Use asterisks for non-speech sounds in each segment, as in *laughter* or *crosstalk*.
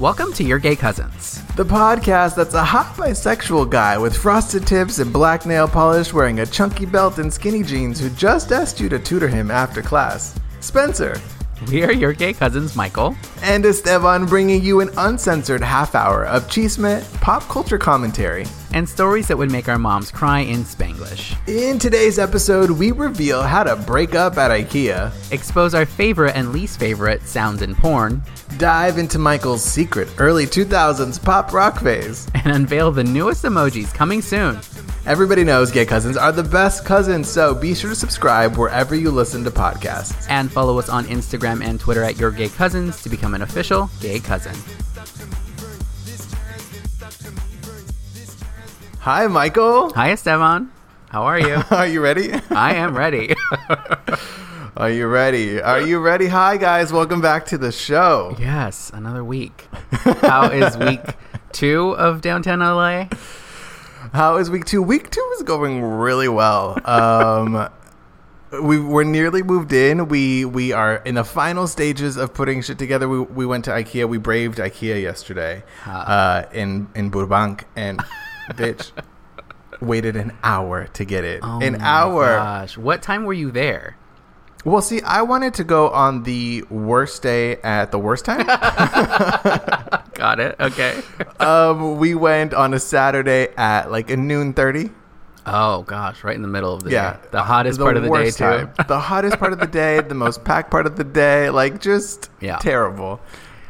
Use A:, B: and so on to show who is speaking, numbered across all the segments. A: Welcome to Your Gay Cousins.
B: The podcast that's a hot bisexual guy with frosted tips and black nail polish wearing a chunky belt and skinny jeans who just asked you to tutor him after class. Spencer.
A: We are Your Gay Cousins, Michael.
B: And Esteban bringing you an uncensored half hour of chisme, pop culture commentary.
A: And stories that would make our moms cry in Spanglish.
B: In today's episode, we reveal how to break up at IKEA,
A: Expose our favorite and least favorite sounds in porn.
B: dive into Michael's secret early 2000s pop rock phase.
A: And unveil the newest emojis coming soon.
B: Everybody knows gay cousins are the best cousins, so be sure to subscribe wherever you listen to podcasts.
A: And follow us on Instagram and Twitter at Your Gay Cousins to become an official gay cousin.
B: Hi, Michael.
A: Hi, Esteban. How are
B: *laughs*
A: you?
B: Are you ready?
A: I am ready. *laughs*
B: Are you ready? Are you ready? Hi, guys. Welcome back to the show.
A: yes, another week. How is week two of downtown LA?
B: How is week two? Week two is going really well. Um, *laughs* we we're nearly moved in. We we are in the final stages of putting shit together. We we went to IKEA. We braved IKEA yesterday
A: Ah.
B: uh, in in Burbank,
A: *laughs*
B: and bitch waited an hour to get it.
A: Oh
B: an
A: my
B: hour.
A: Gosh. What time were you there?
B: Well, see, I wanted to go on the worst day at the worst time.
A: *laughs* Got it. Okay.
B: um, we went on a Saturday at like a noon thirty.
A: Oh gosh, right in the middle of the
B: Yeah,
A: day. The hottest part of the day
B: worst
A: too.
B: time. the hottest part of the day,
A: *laughs*
B: the most packed part of the day, like just
A: Yeah.
B: terrible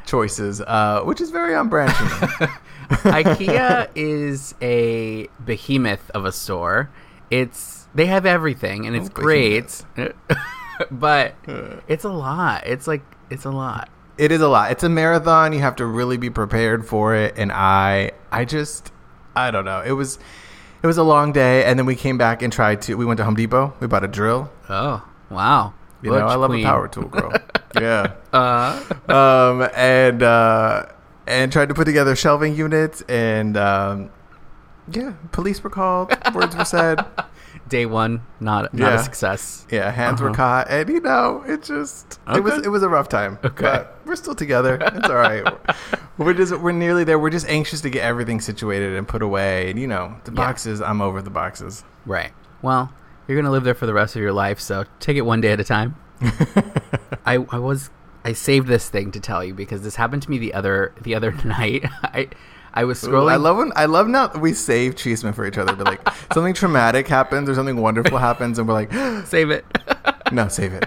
B: choices, uh, which is very on brand for me.
A: *laughs*
B: *laughs*
A: IKEA is a behemoth of a store. It's they have everything
B: Oh,
A: and it's great. *laughs*
B: *laughs*
A: but it's a lot. It's like it's a lot.
B: it is a lot. It's a marathon. You have to really be prepared for it. And I, I just, I don't know. It was, it was a long day, and then we came back and tried to. We went to Home Depot. We bought a drill.
A: Oh, wow.
B: You know,
A: Butch
B: I love
A: queen. Uh,
B: a power tool girl.
A: *laughs*
B: yeah. *laughs* um, and uh, and tried to put together shelving units, and um, yeah, police were called, words
A: *laughs*
B: were said,
A: Day one, not not
B: Yeah.
A: a success.
B: yeah, hands were caught, and you know, it just it was
A: Uh-huh. Okay.
B: it was a rough time.
A: Okay.
B: but we're still together. It's
A: *laughs*
B: all right. we're just we're nearly there. We're just anxious to get everything situated and put away, and you know, the
A: Yeah.
B: boxes. I'm over the boxes.
A: Right. Well, you're gonna live there for the rest of your life, so take it one day at a
B: *laughs*
A: time. I, I was I saved this thing to tell you because this happened to me the other the other *laughs* night. I I was
B: Ooh,
A: scrolling.
B: I love when I love now that we save Cheeseman for each other. But
A: *laughs*
B: like something traumatic happens or something wonderful happens, and we're like, *gasps*
A: save
B: *laughs*
A: it.
B: no, save it.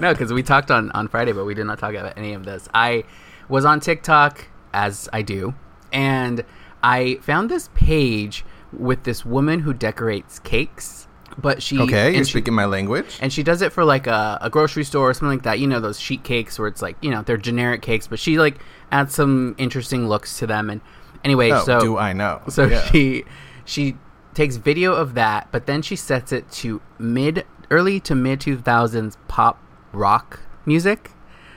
A: no, because we talked on on Friday, but we did not talk about any of this. I was on TikTok as I do, and I found this page with this woman who decorates cakes, but she
B: Okay,
A: and
B: you're
A: she-
B: speaking my language.
A: and she does it for like a, a grocery store or something like that you know those sheet cakes where it's like you know they're generic cakes but she like adds some interesting looks to them and anyway
B: Oh,
A: so
B: do I know?
A: so
B: Yeah.
A: she she takes video of that but then she sets it to mid early to mid 2000s pop rock music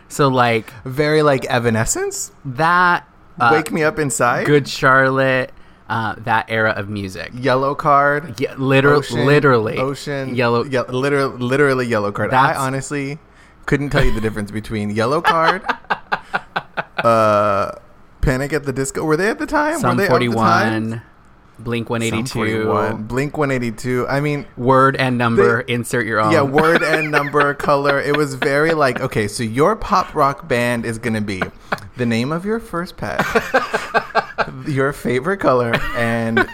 A: so like
B: very like Evanescence.
A: that uh,
B: Wake me up inside.
A: good charlotte uh, that era of music
B: Yellow card.
A: yeah, literally literally
B: Ocean.
A: yellow
B: Ye- literally, literally yellow card. I
A: That's-
B: honestly couldn't tell you the difference between
A: *laughs*
B: yellow card. uh, Panic at the Disco. Were they at the time?
A: Sum
B: Were they of the time?
A: 41, Blink 182,
B: Blink 182. I mean,
A: word and number, insert your own.
B: yeah, *laughs* word and number, color. It was very like, okay, so your pop rock band is going to be the name of your first *laughs* pet, your favorite color, and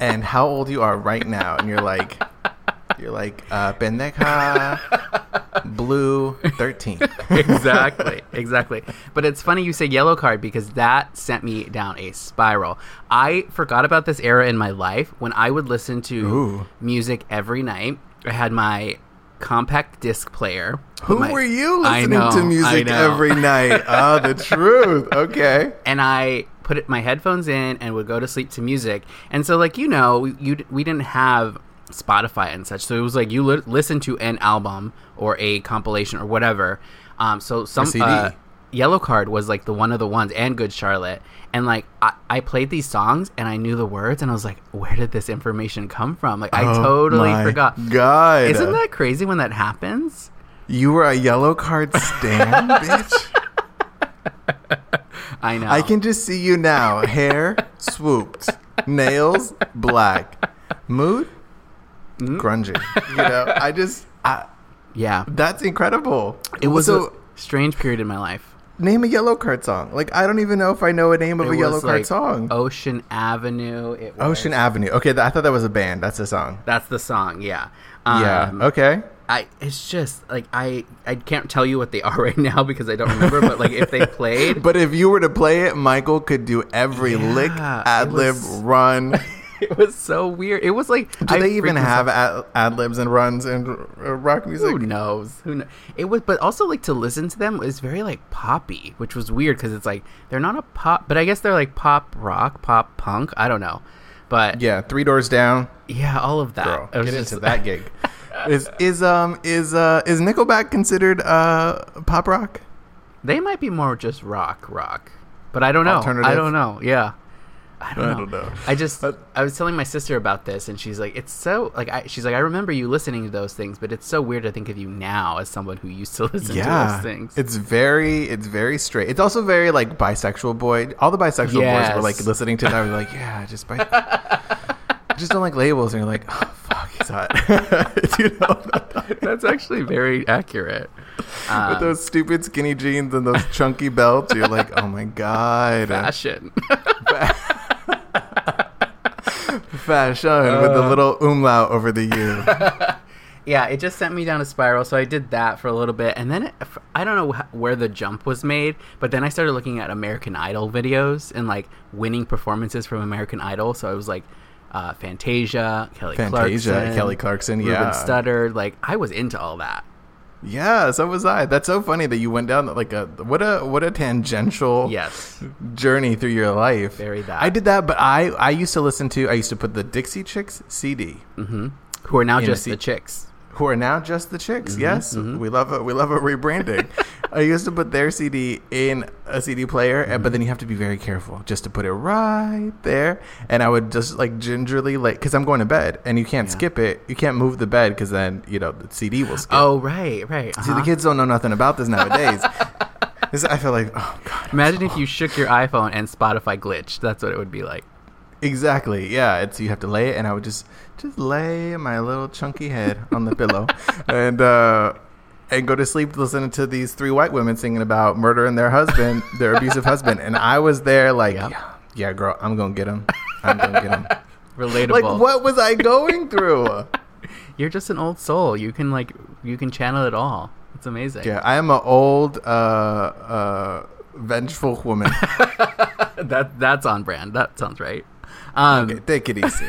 B: and how old you are right now. And you're like, you're like, uh, pendeja, blue, 13.
A: *laughs* exactly, exactly. But it's funny you say yellow card because that sent me down a spiral. I forgot about this era in my life when I would listen to
B: Ooh.
A: music every night. I had my compact disc player.
B: Who
A: My-
B: were you
A: I
B: listening
A: know,
B: to
A: I
B: music
A: know.
B: every *laughs* night? Ah, the truth. Okay.
A: and I put it, my headphones in and would go to sleep to music. And so, like you know, we, you d- we didn't have Spotify and such, so it was like you li- listen to an album or a compilation or whatever. Um, so some
B: CD.
A: uh, Yellow Card was like the one of the ones, and Good Charlotte, and like I, I played these songs and I knew the words, and I was like, where did this information come from? Like I
B: Oh
A: totally
B: my
A: forgot.
B: God.
A: Isn't that crazy when that happens?
B: *laughs* You were a yellow card stand, bitch.
A: I know.
B: I can just see you *laughs* now. Hair swooped, nails black, mood grungy. You know, I just I,
A: yeah.
B: that's incredible.
A: It was
B: so.
A: a strange period in my life.
B: name a yellow card song. Like I don't even know if I know a name of
A: It
B: a yellow Oh,
A: was,
B: card
A: like,
B: song.
A: Ocean Avenue. It was,
B: Ocean Avenue. Okay, th- I thought that was a band. That's a song.
A: That's the song. Yeah.
B: yeah.
A: Um,
B: Okay.
A: I it's just like I I can't tell you what they *laughs* are right now because I don't remember. But like
B: *laughs*
A: if they played,
B: But if you were to play it, Michael could do every lick,
A: Yeah, it
B: ad lib,
A: was-
B: *laughs* run. Do
A: it was so weird. It was like do
B: they even have ad libs and runs in uh, rock music?
A: Who knows? Who knows? It was, but also like to listen to them is very like poppy, which was weird because it's like they're not a pop, but I guess they're like pop rock, pop punk. I don't know, but yeah,
B: Yeah, Three Doors Down.
A: all of that.
B: Girl,
A: It
B: get
A: was
B: into
A: just- *laughs*
B: that gig. is is um is uh is Nickelback considered uh pop rock?
A: They might be more just rock, rock, but I don't know.
B: Alternative?
A: I don't know. Yeah, I don't know.
B: I
A: I,
B: don't know.
A: just I was telling my sister about this, and she's like, "It's so like I, she's like I remember you listening to those things, but it's so weird to think of you now as someone who used to *laughs* listen to those things."
B: It's very it's very straight. It's also very like bisexual boy. All the bisexual boys were
A: Yes.
B: like listening to that. Were like, yeah, just bi- I just don't like labels. And you're like, oh fuck, he's hot. *laughs* you know,
A: *laughs* That's actually very accurate. Um,
B: with those stupid skinny jeans and those chunky belts. You're like, oh my
A: *laughs*
B: god,
A: fashion.
B: *laughs* fashion with
A: Uh.
B: the little umlaut over the u.
A: Yeah, it just sent me down a spiral. So I did that for a little bit, and then it, I don't know wh- where the jump was made, but then I started looking at American Idol videos and like winning performances from American Idol. So I was like, uh, Fantasia, Kelly
B: Fantasia,
A: Clarkson,
B: Kelly Clarkson,
A: Ruben
B: yeah.
A: Studdard. Like I was into all that.
B: yeah, so was I. That's so funny that you went down like a what a what a tangential
A: Yes,
B: journey through your life.
A: Very that.
B: I did that, but I I used to listen to I used to put the Dixie Chicks CD,
A: who are now
B: a
A: just
B: se-
A: the chicks.
B: who are now just the Chicks. yes, we love it. We love a rebranding. I used to put their CD in a CD player, and but then you have to be very careful just to put it right there. And I would just like gingerly like because I'm going to bed, and you can't skip it. You can't move the bed because then you know the CD will skip.
A: Oh right, right.
B: See, the
A: uh-huh.
B: kids don't know nothing about this nowadays. This- I feel like oh god.
A: Imagine if you shook your iPhone and Spotify glitched. That's what it would be like.
B: Exactly. Yeah, it's you have to lay it, and I would just just lay my little chunky head on the pillow, and uh, and go to sleep listening to these three white women singing about murdering their husband, their abusive husband, and I was there like,
A: Yep.
B: yeah, yeah, girl, I'm gonna get him. I'm gonna get him.
A: Relatable.
B: like, what was I going through?
A: You're just an old soul. You can like you can channel it all. It's amazing.
B: yeah, I am an old uh, uh, vengeful woman.
A: that that's on brand. That sounds right. Um,
B: Take it easy.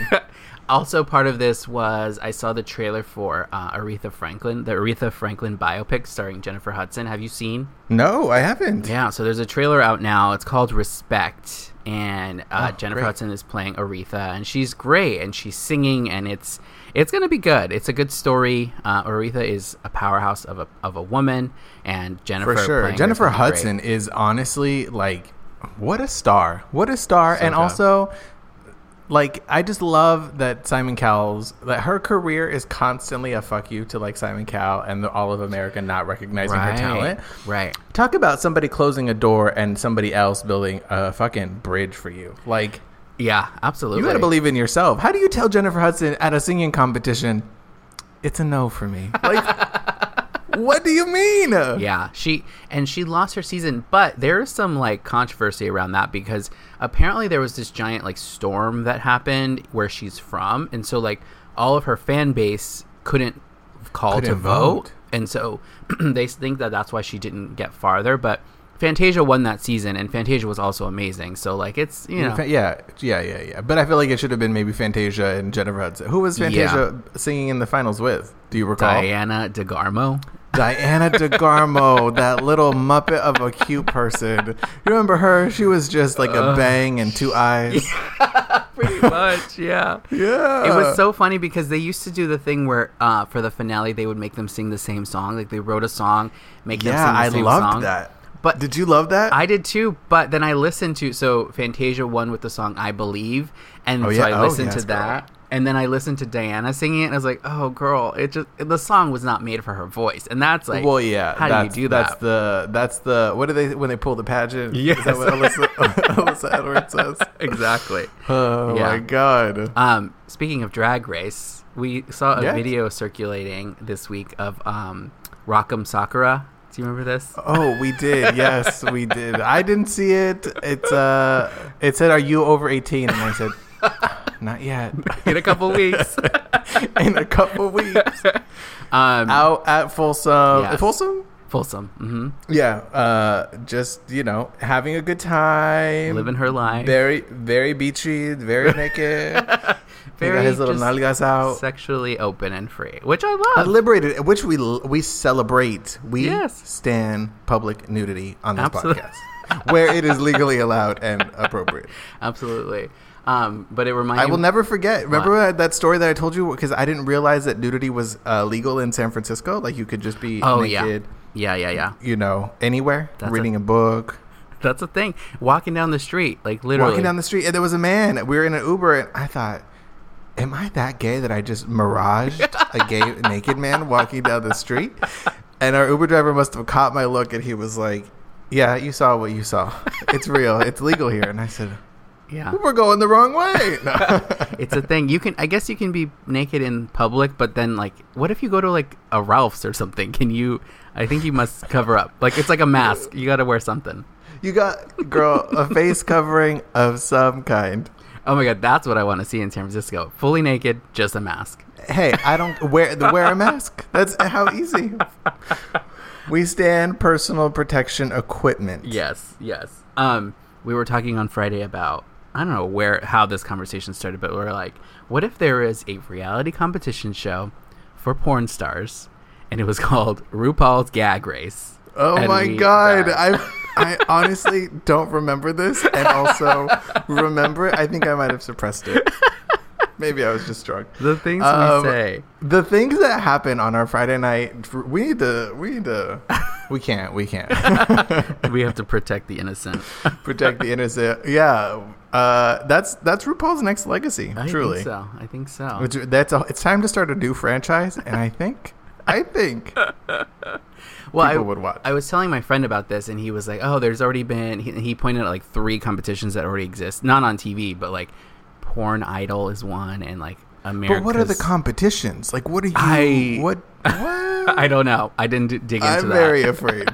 A: Also, part of this was I saw the trailer for uh, Aretha Franklin, the Aretha Franklin biopic starring Jennifer Hudson. Have you seen?
B: No, I haven't.
A: Yeah. So there's a trailer out now. It's called Respect, and uh, Jennifer
B: Oh, great.
A: Hudson is playing Aretha, and she's great, and she's singing, and it's it's gonna be good. It's a good story. Uh, Aretha is a powerhouse of a of a woman, and Jennifer
B: for sure.
A: playing her
B: Jennifer
A: is gonna be great.
B: Hudson is honestly like, what a star! What a star! and
A: good.
B: also, like, I just love that Simon Cowell's that her career is constantly a fuck you to like Simon Cowell and the, all of America not recognizing her talent.
A: Right.
B: Talk about somebody closing a door and somebody else building a fucking bridge for you. Like,
A: Yeah, absolutely.
B: you gotta believe in yourself. How do you tell Jennifer Hudson at a singing competition? It's a no for me. Like, *laughs* what do you mean?
A: Yeah, she and she lost her season, but there is some like controversy around that because apparently there was this giant like storm that happened where she's from, and so like all of her fan base couldn't call to
B: Couldn't
A: vote.
B: vote.
A: and so *clears throat* they think that that's why she didn't get farther. But Fantasia won that season, and Fantasia was also amazing. So like it's you know
B: Fa- Yeah, yeah, yeah, yeah. But I feel like it should have been maybe Fantasia and Jennifer Hudson. Who was Fantasia singing in the finals with? Do you recall?
A: Diana DeGarmo.
B: *laughs* Diana DeGarmo, that little muppet of a cute person. You remember her? She was just like a bang and two eyes.
A: Pretty much, yeah.
B: Yeah.
A: It was so funny because they used to do the thing where uh, for the finale they would make them sing the same song. Like they wrote a song, make them
B: Yeah,
A: sing the
B: I
A: same
B: loved
A: song.
B: that.
A: But-
B: did you love that?
A: I did too, but then I listened to so Fantasia won with the song "I Believe," and
B: Oh,
A: so
B: yeah.
A: I
B: Oh,
A: listened
B: yes,
A: to that, And then I listened to Diana singing it, and I was like, "Oh, girl, it just the song was not made for her voice." And that's like,
B: well, yeah.
A: how
B: that's,
A: do you do that?
B: That's the that's the what do they when they pull the pageant? Is
A: Yes.
B: that what Alyssa, *laughs* Alyssa
A: *laughs*
B: Edwards says?
A: exactly.
B: Oh
A: Yeah.
B: my god!
A: Um, speaking of Drag Race, we saw a
B: Yes.
A: video circulating this week of um, Rock'em Sakura. Do you remember this?
B: Oh, we did. Yes, we did. I didn't see it. It's uh, it said, "Are you over 18? And I said, "Not yet." *laughs*
A: In a couple weeks.
B: In a couple weeks,
A: Um,
B: out at Folsom.
A: Yes.
B: Folsom.
A: Folsom, hmm
B: Yeah. Uh, just you know, having a good time.
A: living her life,
B: Very, very
A: *laughs*
B: beachy, very naked. He got
A: very
B: his little
A: just
B: nalgas out.
A: sexually open and free, which I
B: Uh,
A: love.
B: liberated, which we we celebrate. We
A: Yes.
B: stand public nudity on this
A: Absolutely.
B: podcast, where it is legally allowed and appropriate.
A: Absolutely. Um, but it reminds
B: I will never forget. Remember that- that story that I told you because I didn't realize that nudity was uh, legal in San Francisco. Like you could just be
A: Oh
B: naked,
A: yeah, yeah, yeah, yeah.
B: you know, anywhere,
A: That's
B: reading a, book,
A: That's the thing. Walking down the street, like literally.
B: walking down the street. And there was a man. We were in an Uber, and I thought. Am I that gay that I just miraged
A: *laughs*
B: a gay naked man walking down the street? And our Uber driver must have caught my look, and he was like, "Yeah, you saw what you saw. It's real. It's legal here." And I said,
A: yeah,
B: "We're going the wrong way." *laughs* No.
A: it's a thing. You can, I guess, you can be naked in public, but then like, what if you go to like a Ralph's or something? Can you? I think you must cover up. Like it's like a mask. You got to wear something.
B: You got, girl, a face covering of some kind.
A: Oh my god, that's what I want to see in San Francisco. Fully naked, just a mask.
B: Hey, I don't wear wear a mask. That's how easy. We stand personal protection equipment.
A: Yes, yes. Um, we were talking on Friday about I don't know where how this conversation started, but we are like, what if there is a reality competition show for porn stars, and it was *laughs* called RuPaul's Gag Race?
B: Oh
A: And
B: my
A: we
B: god,
A: died.
B: I I honestly don't remember this, and also remember it. I think I might have suppressed it. Maybe I was just drunk.
A: the things
B: Um,
A: we say.
B: The things that happen on our Friday night, we need to. We need to. We can't. We can't. *laughs*
A: We have to protect the innocent.
B: protect the innocent. Yeah, uh, that's that's RuPaul's next legacy.
A: I
B: truly,
A: think so. I think so.
B: Which- that's a, it's time to start a new franchise, and I think I think
A: well, I,
B: people would watch.
A: I was telling my friend about this, and he was like, "Oh, there's already been." He, he pointed out like three competitions that already exist, not on TV, but like Porn Idol is one, and like America.
B: but what are the competitions like? What are you?
A: I-
B: what?
A: *laughs*
B: what?
A: I don't know. I didn't d- dig into
B: I'm
A: that.
B: very
A: *laughs*
B: afraid.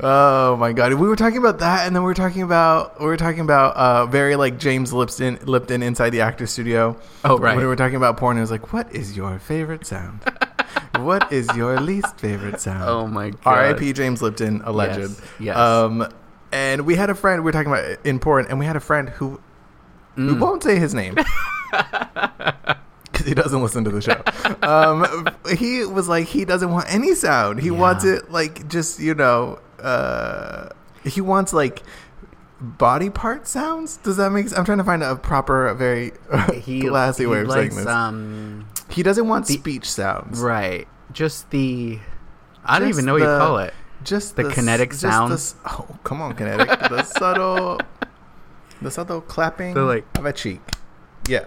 B: oh my god, we were talking about that, and then we were talking about we were talking about uh, very like James Lipton Lipton inside the actor studio.
A: Oh, right.
B: When we were talking about porn, it was like, what is your favorite
A: *laughs*
B: sound? what is your least favorite sound?
A: Oh my god.
B: R.I.P. James Lipton, a legend.
A: yes.
B: Um, and we had a friend. We were talking about in porn, and we had a friend who
A: Mm.
B: who won't say
A: *laughs*
B: his name because he doesn't listen to the show. um, he was like, he doesn't want any sound. He
A: Yeah.
B: wants it like just you know. Uh, he wants like body part sounds. Does that make? sense? I'm trying to find a proper, very
A: He,
B: *laughs* classy
A: he
B: way of saying
A: likes,
B: this.
A: Um,
B: he doesn't want speech sounds.
A: right. Just the. I don't
B: Just
A: even know what
B: the-
A: you call it.
B: just
A: The kinetic
B: just
A: sound.
B: the s- oh, come on,
A: *laughs*
B: kinetic. the subtle, the subtle clapping
A: The, like-
B: of a cheek. Yeah.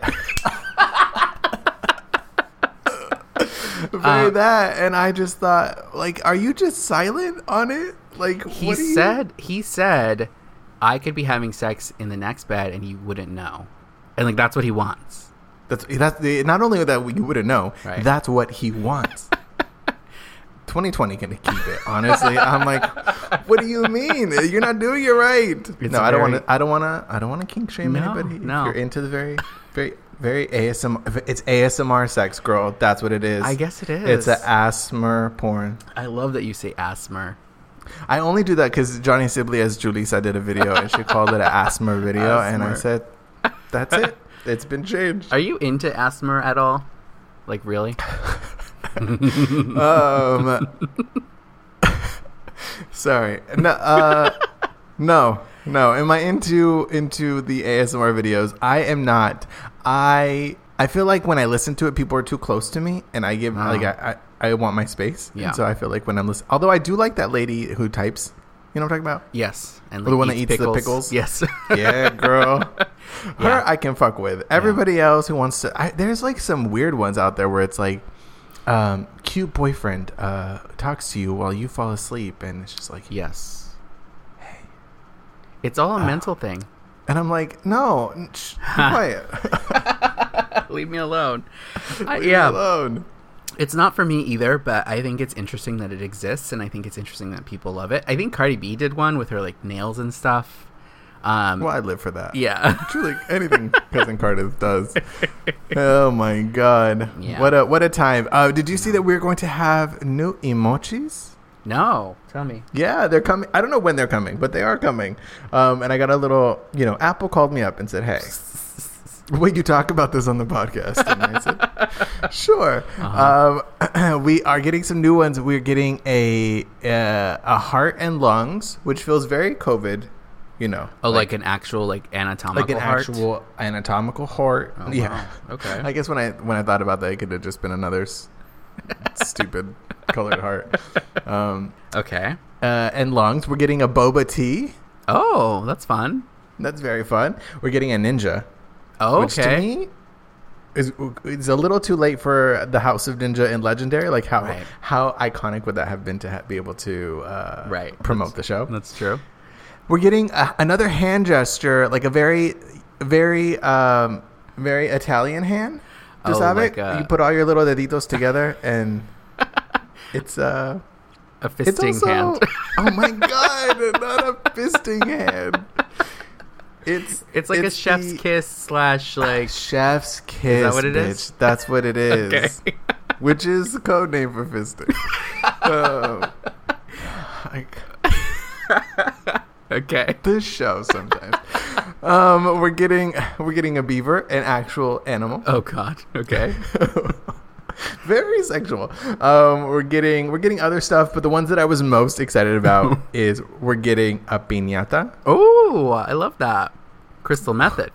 B: Very
A: Uh,
B: that, and I just thought, like, are you just silent on it? Like,
A: He
B: what do you-
A: said. He said, I could be having sex in the next bed, and you wouldn't know. And like that's what he wants.
B: that's that's the, not only that you wouldn't know.
A: Right.
B: That's what
A: *laughs*
B: he wants. 2020 gonna keep it. Honestly, I'm like, what do you mean? You're not doing it right.
A: It's
B: no, I don't
A: very-
B: want to. I don't want to. I don't want to kink shame
A: No,
B: anybody. If
A: no.
B: you're into the very, very, very ASMR. It's ASMR sex, girl. That's what it is.
A: I guess it is.
B: It's a ASMR porn.
A: I love that you say asthma.
B: I only do that because Johnny Sibley, as Julies, I did a video and she called it an ASMR video,
A: *laughs*
B: and I
A: ASMR.
B: said, that's it. It's been changed.
A: Are you into asthma at all? Like
B: *sighs*
A: really?
B: Um, *laughs* sorry. No, uh, no, no. Am I into into the ASMR videos? I am not. I I feel like when I listen to it, people are too close to me, and I give
A: Ah.
B: like I, I I want my space.
A: Yeah.
B: And so I feel like when I'm listening, although I do like that lady who types. You know what I'm talking about?
A: Yes. *laughs* And
B: The one that eats the pickles?
A: Yes. *laughs*
B: Yeah, girl. Her, I can fuck with. Everybody else who wants to, I, there's like some weird ones out there where it's like, um, cute boyfriend uh, talks to you while you fall asleep, and it's just like,
A: Yes. It's all a mental thing.
B: and I'm like, no, n-
A: *laughs*
B: shh, be quiet,
A: Leave me alone. I-
B: Leave me
A: yeah,
B: alone.
A: it's not for me either, but I think it's interesting that it exists, and I think it's interesting that people love it. I think Cardi B did one with her like nails and stuff. Um,
B: Well, I live for that.
A: yeah, *laughs*
B: Truly, anything cousin Cardiff does. Oh my god,
A: Yeah.
B: what a what a time! Uh, did you see that we're going to have new emojis?
A: no, tell me.
B: Yeah, they're coming. I don't know when they're coming, but they are coming. Um, and I got a little, you know, Apple called me up and said, "Hey, *laughs* will you talk about this on the podcast?" And I
A: *laughs*
B: said, "Sure."
A: Uh-huh.
B: Um, *clears throat* we are getting some new ones. We're getting a uh, a heart and lungs, which feels very COVID. You know,
A: Oh, like, an actual like anatomical
B: like an
A: heart?
B: actual anatomical heart.
A: Oh,
B: yeah.
A: wow. Okay.
B: *laughs* I guess when I when I thought about that, it could have just been another s- *laughs* stupid colored
A: *laughs*
B: heart. Um,
A: Okay.
B: uh, and lungs. We're getting a boba tea.
A: Oh, that's fun.
B: That's very fun. We're getting a ninja,
A: Oh,
B: which to
A: okay.
B: me is is a little too late for the House of Ninja and Legendary. Like how
A: Right.
B: how iconic would that have been to ha- be able to uh,
A: Right.
B: promote the show?
A: That's true.
B: We're getting a, another hand gesture, like a very, very, um, very Italian hand. Do you
A: Oh,
B: have
A: like
B: it?
A: a-
B: you put all your little deditos together,
A: *laughs*
B: and it's uh,
A: A
B: it's
A: fisting
B: also.
A: hand.
B: *laughs* oh my god! Not a fisting hand. It's
A: *laughs* *laughs* It's like a chef's
B: the
A: kiss slash
B: *laughs*
A: like.
B: Chef's kiss.
A: that what it
B: bitch.
A: is?
B: That's what it is.
A: *laughs* okay.
B: Which is the code name
A: *laughs*
B: for fisting. um, like,
A: okay.
B: this show sometimes. um, we're getting we're getting a beaver, an actual animal.
A: Oh God. Okay.
B: *laughs* Very sexual. Um, we're getting we're getting other stuff, but the ones that I was most
A: *laughs*
B: excited about is we're getting a piñata,
A: Oh, I love that crystal method.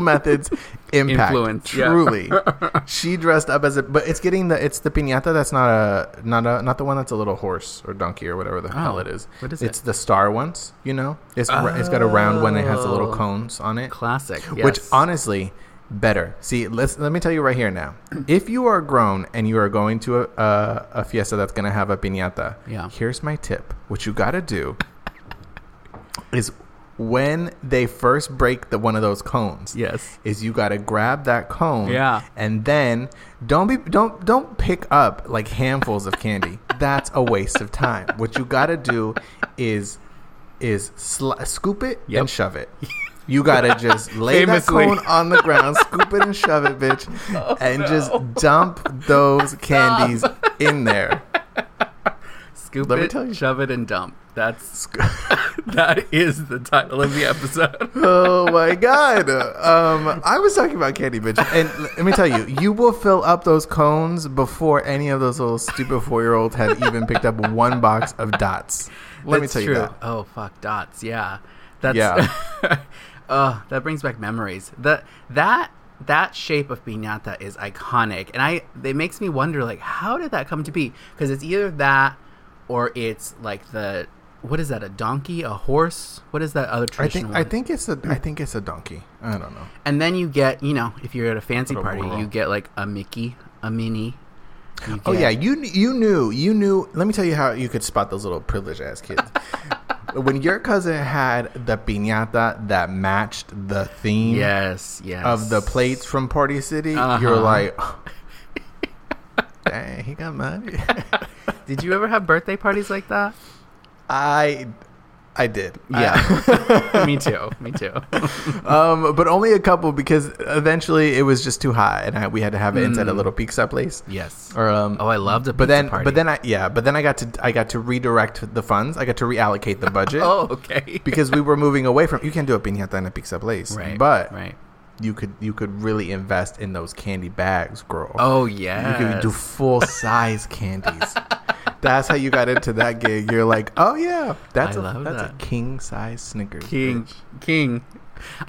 A: *laughs*
B: Methods impact.
A: Influence, yeah.
B: Truly, she dressed up as a. But it's getting the it's the piñata that's not a not a not the one that's a little horse or donkey or whatever the hell it is.
A: Oh, what is
B: it's
A: it?
B: the star ones. You know, it's ra- it's got a round one. It has the little
A: Oh.
B: cones on
A: *laughs*
B: it.
A: Classic.
B: *laughs* which
A: yes.
B: honestly better see let's let me tell you right here now if you are grown and you are going to a, a, a fiesta that's going to have a piñata
A: Yeah.
B: here's my tip what you got to do is when they first break the one of those cones
A: Yes.
B: is you got to grab that cone
A: Yeah.
B: and then don't be don't don't pick up like handfuls of candy that's a waste of time what you got to do is is sli- scoop it
A: Yep.
B: and shove it you gotta
A: *laughs*
B: just lay that
A: Famously. Oh,
B: cone on the ground, scoop it and shove it, bitch,
A: *laughs*
B: and just dump those candies in there.
A: Scoop
B: Let me
A: it,
B: tell you.
A: shove it, and dump. That's *laughs* that is the title of the episode.
B: Oh my god! Um, I was talking about candy, bitch, and l- let me tell you, you will fill up those cones before any of those little stupid four-year-olds have even picked up one box of dots. *laughs* Let
A: That's
B: me tell
A: true.
B: you that.
A: Oh fuck, dots. Yeah, that's. *laughs*
B: Yeah.
A: oh, that brings back memories. That that that shape of piñata is iconic, and I it makes me wonder like how did that come to be? Because it's either that or it's like the what is that? A donkey? A horse? What is that other
B: I
A: traditional?
B: think I
A: one?
B: think it's a I think it's a donkey. I don't know.
A: And then you get, you know, if you're at a fancy
B: Little
A: party,
B: whirl.
A: you get like a Mickey, a Minnie. You
B: Oh
A: get-
B: yeah, you kn- you knew you knew. Let me tell you how you could spot those little privileged ass kids.
A: *laughs*
B: when your cousin had the piñata that matched the theme
A: Yes, yes.
B: of the plates from Party City, you're
A: Uh-huh.
B: like, dang, he
A: *laughs*
B: got money.
A: Did you ever have birthday parties like
B: *laughs*
A: that?
B: I I did.
A: Yeah. *laughs* me too. Me too.
B: *laughs* um, but only a couple because eventually it was just too hot, and I, we had to have it inside a little pizza place.
A: yes.
B: Or um,
A: Mm. Oh, I loved a
B: but
A: pizza
B: then
A: party.
B: but then I yeah, but then I got to I got to redirect the funds. I got to reallocate the
A: *laughs*
B: budget.
A: *laughs* oh, okay.
B: *laughs* because we were moving away from you can't do a piñata in a pizza place,
A: right.
B: but
A: right.
B: you could you could really invest in those candy bags, girl.
A: Oh
B: you
A: yeah.
B: could do full size candies. That's how you got into that gig. You're like, oh yeah, that's
A: I
B: a
A: love
B: that's a
A: that.
B: king size Snickers.
A: King.
B: bitch.
A: King.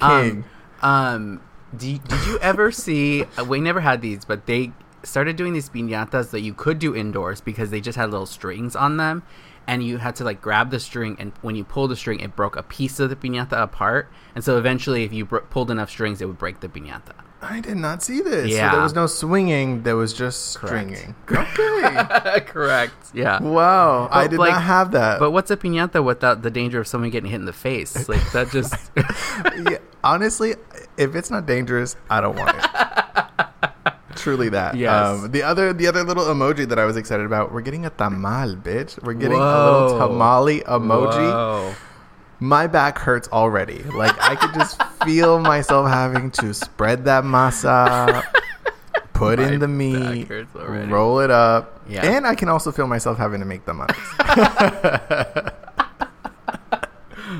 B: King.
A: Um, um do you- did you ever see? uh, We never had these, but they started doing these piñatas that you could do indoors because they just had little strings on them and you had to like grab the string and when you pulled the string it broke a piece of the piñata apart and so eventually if you bro- pulled enough strings it would break the piñata
B: I did not see this.
A: Yeah.
B: So there was no swinging. There was just
A: Correct. *laughs*
B: stringing.
A: *laughs*
B: Okay.
A: correct yeah
B: wow. I
A: But,
B: did
A: like-
B: not have that.
A: but what's a piñata without the danger of someone getting hit in the face like that just
B: *laughs*
A: *laughs*
B: yeah, honestly, if it's not dangerous, I
A: *laughs*
B: don't want it. Truly that. Um,
A: Yes.
B: the other the other little emoji that I was excited about, we're getting a tamal, bitch. We're getting a
A: Whoa.
B: little tamale emoji.
A: Whoa.
B: My back hurts already. Like I could
A: *laughs*
B: just feel myself having to spread that masa, put
A: My
B: in the
A: back
B: meat,
A: hurts already.
B: roll it up.
A: Yeah.
B: And I can also feel myself having to make
A: *laughs*
B: the tamales.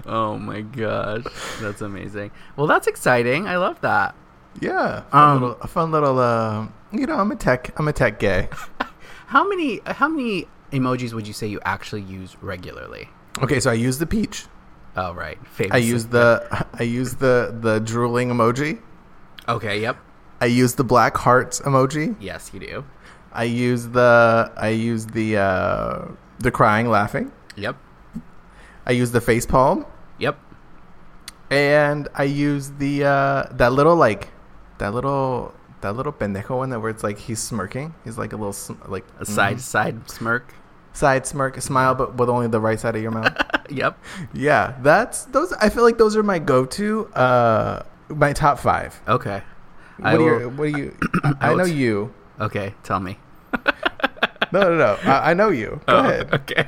A: oh my gosh that's amazing well that's exciting i love that
B: yeah. Fun
A: Um,
B: little, a fun little uh, you know, I'm a tech I'm a tech gay.
A: how many how many emojis would you say you actually use regularly
B: Okay, so I use the peach.
A: oh right Famous.
B: I use the *laughs* I use the the drooling emoji.
A: okay yep
B: I use the black hearts emoji.
A: yes you do
B: I use the I use the uh, the crying laughing.
A: yep
B: I use the face palm,
A: yep
B: and I use the uh, that little like that little that little pendejo one that where it's like he's smirking. He's like a little sm- like
A: a side side smirk *laughs*
B: side smirk smile, but with only the right side of your mouth.
A: yep
B: yeah, that's those. I feel like those are my go to. Uh, my top five.
A: okay
B: What
A: I
B: do you?
A: will-
B: What do you?
A: *coughs* I
B: I
A: will
B: know
A: t-
B: you.
A: okay tell me
B: No, no, no. I, I know you.
A: *laughs*
B: Go ahead.
A: okay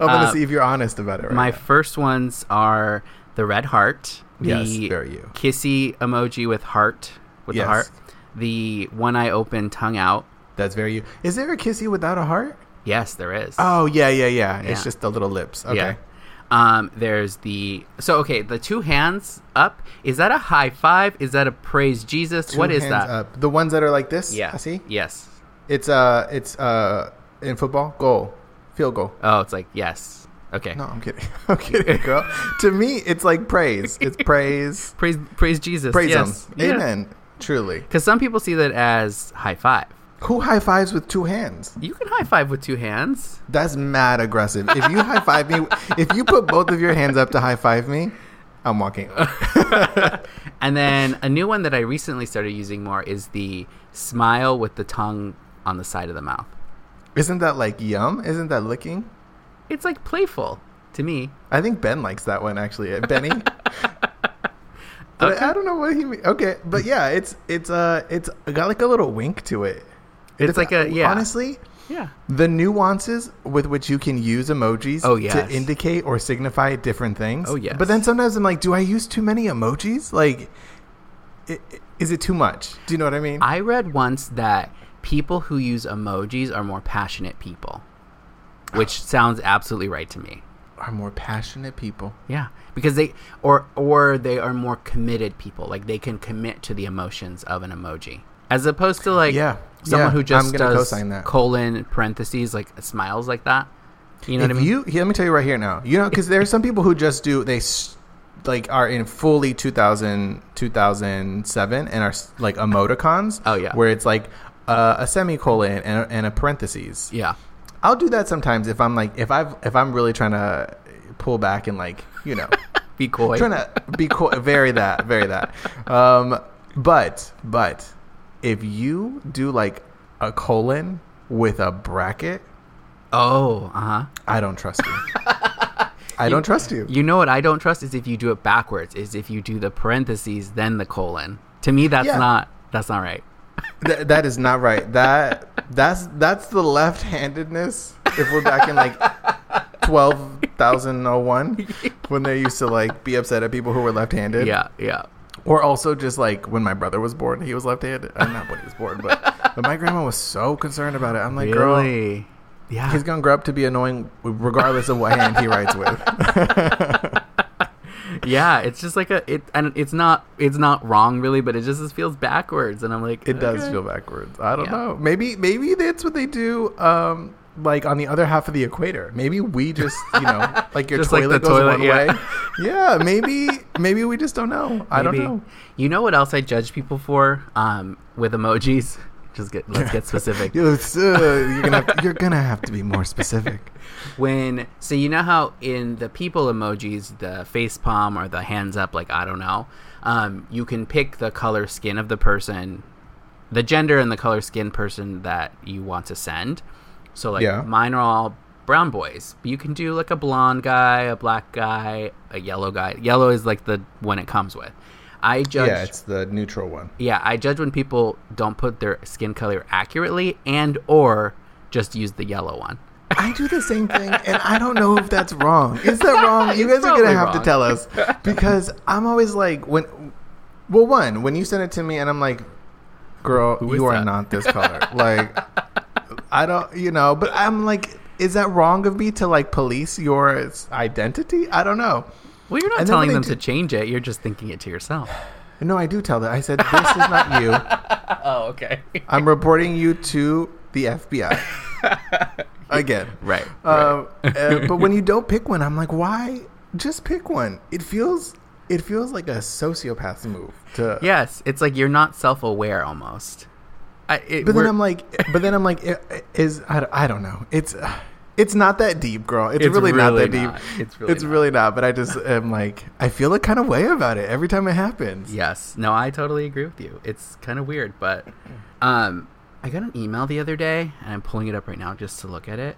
B: I'm gonna
A: Oh. Uh,
B: see if you're honest about it. Right
A: My
B: now.
A: first ones are the red heart, the
B: Yes, very you.
A: kissy emoji with heart with the
B: Yes.
A: heart, the one eye open tongue out.
B: that's very you. Is there a kissy without a heart?
A: Yes, there is.
B: Oh yeah, yeah, yeah.
A: Yeah.
B: It's just the little lips.
A: Yeah.
B: Okay.
A: Um, there's the so okay. The two hands up. Is that a high five? Is that a praise Jesus?
B: Two
A: what is
B: hands
A: that?
B: Up. The ones that are like this.
A: Yeah.
B: I see.
A: Yes.
B: It's uh, it's uh, in football, goal, field goal.
A: Oh, it's like yes. Okay.
B: No, I'm kidding. *laughs* I'm kidding, girl. to me, it's like praise. It's praise.
A: Praise praise Jesus.
B: Praise
A: yes.
B: him. Amen. Truly.
A: Because some people see that as high five.
B: Who high fives with two hands?
A: You can high five with two
B: *laughs*
A: hands.
B: That's mad aggressive. If you high five me, if you put both of your hands up to high five me, I'm walking. away.
A: And then a new one that I recently started using more is the smile with the tongue on the side of the mouth.
B: Isn't that like yum? Isn't that licking?
A: It's like playful to me.
B: I think Ben likes that one actually. Uh, Benny. But I don't know what he mean. Okay, but yeah, it's it's uh it's got like a little wink to it.
A: It's like a- yeah.
B: Honestly,
A: Yeah.
B: the nuances with which you can use emojis
A: Oh,
B: to
A: yes.
B: indicate or signify different things.
A: Oh, yes.
B: But then sometimes I'm like, do I use too many emojis? Like, i- i- is it too much? Do you know what I mean?
A: I read once that people who use emojis are more passionate people, which sounds absolutely right to me.
B: Are more passionate people.
A: Yeah, because they or or they are more committed people. Like they can commit to the emotions of an emoji, as opposed to like
B: Yeah,
A: someone
B: yeah,
A: who
B: I'm
A: just
B: gonna
A: does
B: co-sign that.
A: colon parentheses like smiles like that. You know
B: if
A: what I mean?
B: you here, let me tell you right here now you know because there are some people who just do they s- like are in fully 2000 2007 and are s- like emoticons
A: Oh, yeah.
B: where it's like uh, a semicolon and a, and a parentheses
A: yeah.
B: i'll do that sometimes if i'm like if i've if i'm really trying to pull back and like you *laughs* know
A: Be coy.
B: trying to be cool very that very that um but but if you do like a colon with a bracket
A: Oh, uh huh.
B: I don't trust *laughs* you. I don't trust you.
A: You know what I don't trust is if you do it backwards. Is if you do the parentheses then the colon. To me, that's
B: Yeah.
A: not that's not right.
B: Th- that is not right. That that's that's the left-handedness. If we're back in like twelve thousand oh one, when they used to like be upset at people who were left-handed.
A: Yeah, yeah.
B: Or also just like when my brother was born, he was left-handed. I'm not when he was born, but but my grandma was so concerned about it. I'm like, girl,
A: Really? Yeah.
B: he's gonna grow up to be annoying regardless of what hand he writes with.
A: *laughs* yeah it's just like a it and it's not it's not wrong really but it just it feels backwards and i'm like
B: *laughs* It does
A: okay.
B: feel backwards. I don't
A: Yeah.
B: know. Maybe maybe that's what they do. Um, like on the other half of the equator. Maybe we just you *laughs* know like your
A: Just like
B: toilet
A: the
B: goes
A: toilet,
B: one
A: yeah.
B: way. Yeah. Maybe maybe we just don't know. I don't
A: Maybe.
B: know.
A: you know what else i judge people for um with emojis *laughs* Just get let's
B: *laughs*
A: get specific.
B: You- it's, uh, *laughs* you're gonna have to, you're gonna have to be more specific.
A: when so you know how in the people emojis the face palm or the hands up like i don't know um, you can pick the color skin of the person the gender and the color skin person that you want to send so like
B: Yeah.
A: mine are all brown boys but you can do like a blonde guy a black guy a yellow guy yellow is like the one it comes with i judge
B: *laughs* Yeah, it's the neutral one.
A: yeah i judge when people don't put their skin color accurately and or just use the yellow one
B: I do the same thing, and I don't know if that's wrong. Is that wrong? You guys
A: It's
B: are gonna
A: probably
B: have to
A: wrong.
B: tell us because I'm always like when. Well, one when you send it to me, and I'm like, "Girl,
A: is
B: you are
A: that?"
B: not this color." like, I don't, you know. But I'm like, is that wrong of me to like police your identity? I don't know.
A: Well, you're not
B: And then
A: telling
B: when they
A: them
B: do-
A: to change it. You're just thinking it to
B: *sighs*
A: yourself.
B: No, I do tell that. I said, "This is not you.
A: oh, okay.
B: I'm reporting you to the FBI." Again,
A: *laughs* right.
B: *laughs* Uh, uh, but when you don't pick one, I'm like, why? Just pick one. It feels it feels like a sociopath's move to.
A: yes, it's like you're not self-aware almost. I, it,
B: But then
A: we're-
B: I'm like, but then I'm like, i- i- is I, don't- I don't know. It's uh, it's not that deep, girl. It's,
A: It's
B: really, not
A: really
B: that
A: not.
B: deep.
A: It's really
B: it's
A: not.
B: really not. But I just am like, I feel a kind of way about it every time it happens.
A: yes, no, I totally agree with you. It's kind of weird,
B: *clears throat*
A: but um, I got an email the other day, and I'm pulling it up right now just to look at it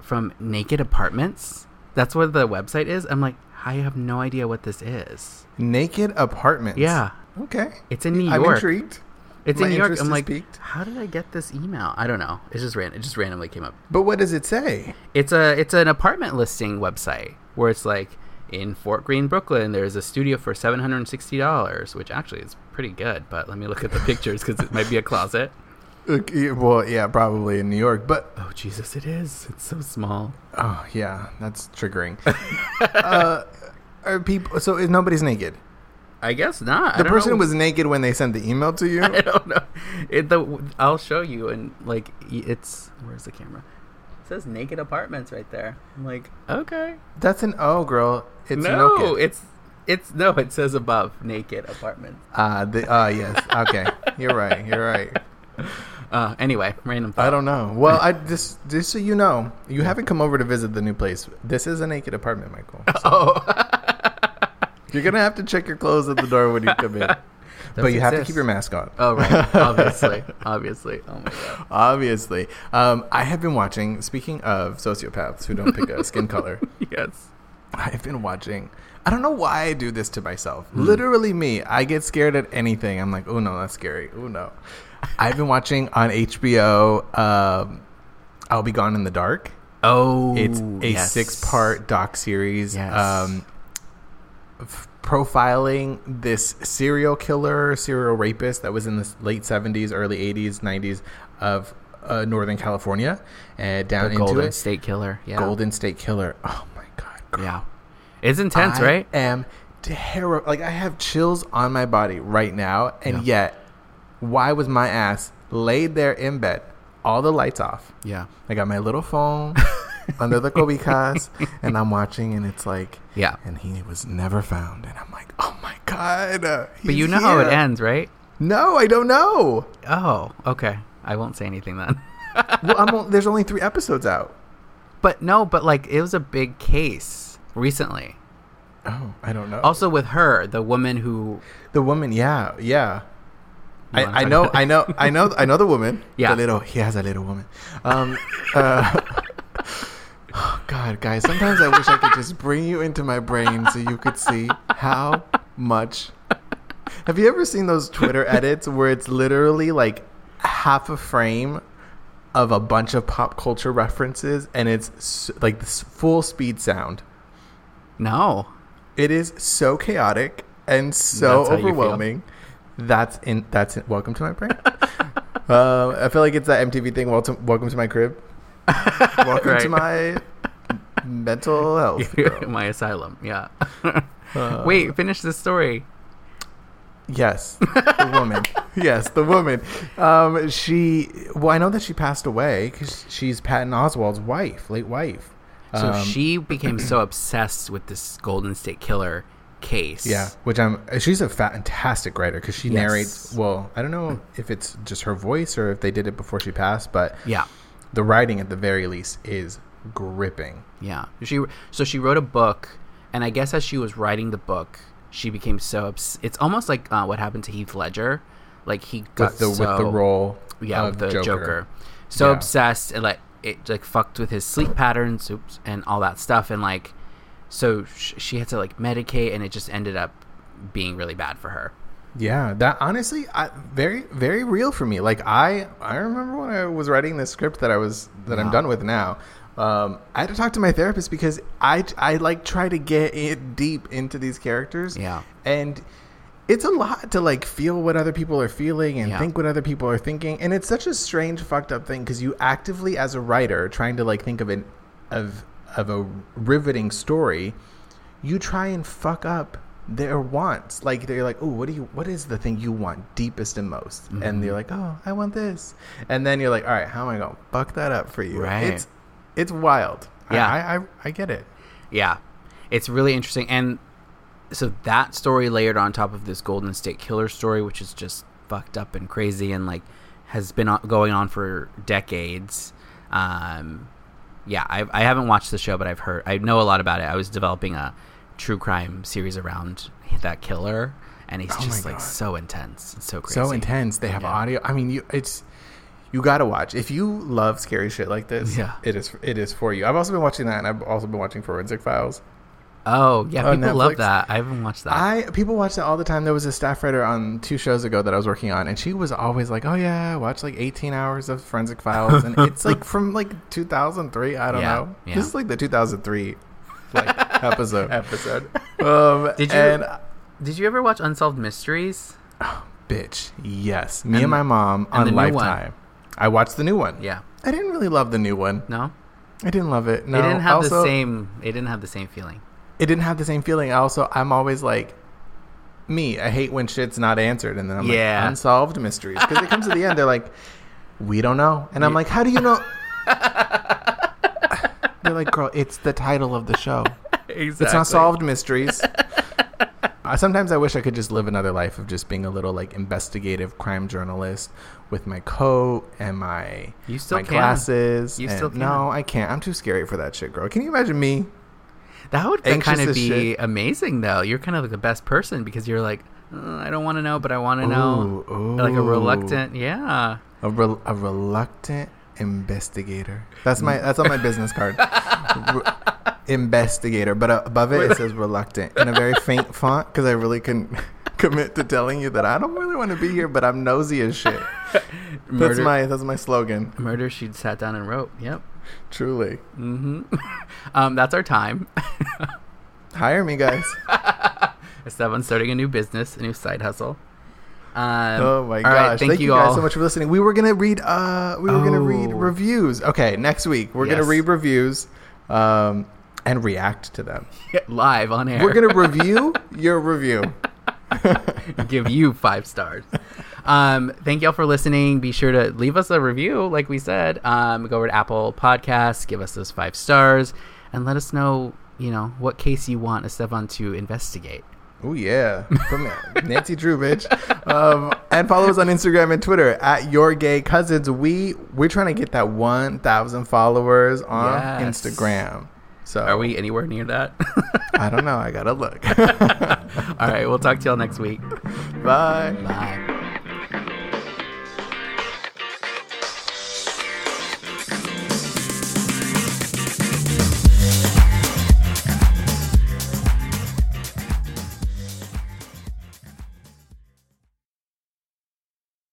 A: from Naked Apartments. That's what the website is. I'm like, I have no idea what this is.
B: Naked apartments.
A: Yeah,
B: Okay.
A: it's in New
B: I'm
A: York.
B: intrigued.
A: It's in
B: My
A: New York.
B: interest
A: I'm
B: is
A: like,
B: piqued.
A: how did I get this email? I don't know. It's just ran. It just randomly came up.
B: But what does it say?
A: It's a it's an apartment listing website where it's like in Fort Greene, Brooklyn, there's a studio for seven hundred and sixty dollars, which actually is pretty good. But let me look at the pictures because it might be a closet.
B: Okay, well, yeah, probably in New York, but
A: Oh Jesus, it is. It's so small.
B: Oh yeah, that's triggering. *laughs* uh, are people? So is nobody's naked?
A: I guess not.
B: The person was naked when they sent the email to
A: *laughs*
B: you.
A: I don't know. It, the, I'll show you and like y- it's where's the camera? It says naked apartments right there. I'm like okay.
B: That's an oh, girl. It's
A: no,
B: naked.
A: it's it's no. It says above naked apartments.
B: Ah, the ah yes. Okay, you're right. You're right.
A: Uh, anyway, random. Thought. *laughs*
B: I don't know. Well, I just just so you know, you haven't come over to visit the new place. This is a naked
A: *laughs*
B: apartment, Michael.
A: Oh.
B: You're gonna have to check your clothes at the door when you come
A: *laughs*
B: in. but you have to
A: exist.
B: keep your mask on.
A: Oh right, obviously, obviously. Oh my god.
B: *laughs* Obviously, um, I have been watching. Speaking of sociopaths who don't pick a skin color,
A: Yes.
B: I've been watching. I don't know why I do this to myself.
A: Hmm.
B: Literally, me. I get scared at anything. I'm like, oh no, that's scary. Oh no. I've been watching on HBO. Um, I'll be gone in the dark.
A: Oh,
B: It's a six-part doc series.
A: Yes.
B: Um, f- profiling this serial killer, serial rapist that was in the s- late 70s, early 80s, 90s of uh, Northern California, and down into
A: Golden
B: it.
A: State Killer. Yeah.
B: Golden State Killer. Oh my god, girl.
A: Yeah. It's intense, right?
B: I am terrible. Like I have chills on my body right now, and
A: Yeah.
B: yet, why was my ass laid there in bed, all the lights off?
A: Yeah.
B: I got my
A: *laughs*
B: little phone under the cobijas, and I'm watching, and it's like,
A: Yeah.
B: and he was never found, and I'm like, oh my god. uh,
A: But you
B: he's
A: know how it
B: here."
A: ends, right?
B: No, I don't know.
A: Oh, okay. I won't say anything then. *laughs*
B: well, I'm, on- there's only three episodes out.
A: But no, but like it was a big case recently.
B: Oh, I don't know.
A: Also with her, the woman who
B: The woman, yeah, yeah.
A: You wanna
B: I, I
A: talk
B: know,
A: about
B: I know, I know, I know
A: *laughs*
B: the woman.
A: Yeah.
B: the little he has a little woman. Um, uh, *laughs* oh God, guys, sometimes I wish I could just bring you into my brain so you could see how much. Have you ever seen those Twitter edits where it's literally like half a frame of a bunch of pop culture references and it's s- like this full speed sound?
A: no.
B: It is so chaotic and so
A: That's how you feel.
B: overwhelming. That's in. That's in, welcome to my brain. *laughs* um, I feel like it's that MTV thing. Welcome, welcome to
A: *laughs*
B: my crib. Welcome to
A: Right.
B: my
A: *laughs*
B: mental health. girl.
A: my asylum. Yeah.
B: Uh,
A: Wait, finish the story.
B: Yes, the woman. yes, the woman. Um, she. Well, I know that she passed away because she's Patton Oswald's wife, late wife.
A: So
B: Um,
A: she became so obsessed with this Golden State Killer case.
B: Yeah, which I'm. She's a fantastic writer because she
A: Yes.
B: narrates. Well, I don't know if it's just her voice or if they did it before she passed, but
A: Yeah.
B: the writing at the very least is gripping.
A: Yeah. She so she wrote a book, and I guess as she was writing the book, she became so obs- it's almost like uh, what happened to Heath Ledger, like he got
B: With the
A: so,
B: with the role,
A: yeah
B: of
A: with the Joker,
B: Joker.
A: so
B: Yeah.
A: obsessed and like it like fucked with his sleep patterns oops, and all that stuff, and like so sh- she had to like medicate, and it just ended up being really bad for her.
B: Yeah, that honestly, I, very very real for me. Like I I remember when I was writing this script that I was that I'm
A: Yeah.
B: done with now. Um, I had to talk to my therapist because I I like try to get it deep into these characters.
A: Yeah.
B: and it's a lot to like feel what other people are feeling and
A: Yeah.
B: think what other people are thinking, and it's such a strange fucked up thing because you actively as a writer trying to like think of an of of a riveting story you try and fuck up their wants. Like they're like, oh, what do you? What is the thing you want deepest and most? And they're like, oh, I want this. And then you're like, all right, how am I gonna fuck that up for you?
A: Right.
B: It's it's wild. I-
A: Yeah.
B: I I, I get it.
A: Yeah. It's really interesting. And so that story layered on top of this Golden State Killer story, which is just fucked up and crazy and like has been on- going on for decades. Um, yeah, I, I haven't watched the show, but I've heard, I know a lot about it. I was developing a true crime series around that killer, and he's
B: Oh my
A: just like
B: God.
A: so intense and so crazy.
B: So intense. They have
A: Yeah.
B: audio. I mean, you it's you gotta watch if you love scary shit like this.
A: Yeah.
B: it is it is for you. I've also been watching that, and I've also been watching Forensic Files.
A: Oh, yeah.
B: On
A: People love
B: Netflix.
A: that. I haven't watched that.
B: I people watch that all the time. There was a staff writer on two shows ago that I was working on, and she was always like, "Oh yeah, I watched like 18 hours of Forensic Files," and it's like from like 2003. I don't
A: Yeah,
B: know.
A: yeah.
B: This is like the 2003
A: *laughs*
B: like episode.
A: episode.
B: Um,
A: Did you-
B: And,
A: Did you ever watch Unsolved Mysteries?
B: bitch, yes, me and,
A: And-
B: my mom
A: and the
B: on
A: new one.
B: Lifetime. I watched the new one.
A: Yeah.
B: I didn't really love the new one.
A: No?
B: I didn't love it. No,
A: it didn't have the
B: Also,
A: same. It didn't have the same feeling.
B: It didn't have the same feeling. I Also, I'm always like. Me, I hate when shit's not answered, and then I'm
A: Yeah.
B: like unsolved mysteries because it comes to the end. They're like, we don't know. And I'm
A: Yeah.
B: like, how do
A: *laughs*
B: you know? They're like, girl, it's the title of the show.
A: Exactly.
B: It's not solved mysteries. I, sometimes I wish I could just live another life of just being a little like investigative crime journalist with my coat and my
A: You still
B: my
A: can.
B: glasses.
A: You
B: and-
A: still can.
B: No, I can't. I'm too scary for that shit, girl. Can you imagine me?
A: That would
B: Anxious
A: kind of
B: as
A: be
B: shit.
A: amazing, though. You're kind of like the best person because you're like, "Uh, I don't want to know, but I want to know.
B: Ooh, ooh.
A: Like a reluctant, yeah.
B: a, rel a reluctant investigator. That's my that's on my business
A: *laughs*
B: card. Re- investigator, but uh, above it it says reluctant in a very faint font because I really couldn't *laughs* commit to telling you that I don't really want to be here, but I'm nosy as shit. That's
A: Murder-
B: my that's my slogan.
A: Murder. She sat down and wrote. Yep.
B: Truly,
A: hmm um, that's our time. *laughs*
B: hire me, guys.
A: Esteban's starting a new business, a new side hustle. Um,
B: oh my
A: all
B: gosh!
A: right,
B: thank, you, guys so much for listening. We were gonna read uh we were gonna read
A: Oh.
B: reviews. Okay, next week we're gonna
A: Yes.
B: read reviews, um, and react to them.
A: *laughs* Live on air.
B: We're gonna review your review.
A: give you five stars. Um, thank y'all for listening. Be sure to leave us a review, like we said. Um, go over to Apple Podcasts, give us those five stars, and let us know, you know, what case you want Esteban to investigate.
B: Oh yeah, From Nancy Drew, bitch. Um, and follow us on Instagram and Twitter at Your Gay Cousins. We we're trying to get that one thousand followers on
A: Yes.
B: Instagram. So
A: Are we anywhere near that? *laughs*
B: I don't know. I gotta look. *laughs*
A: All right, we'll talk to y'all next week.
B: Bye.
A: Bye.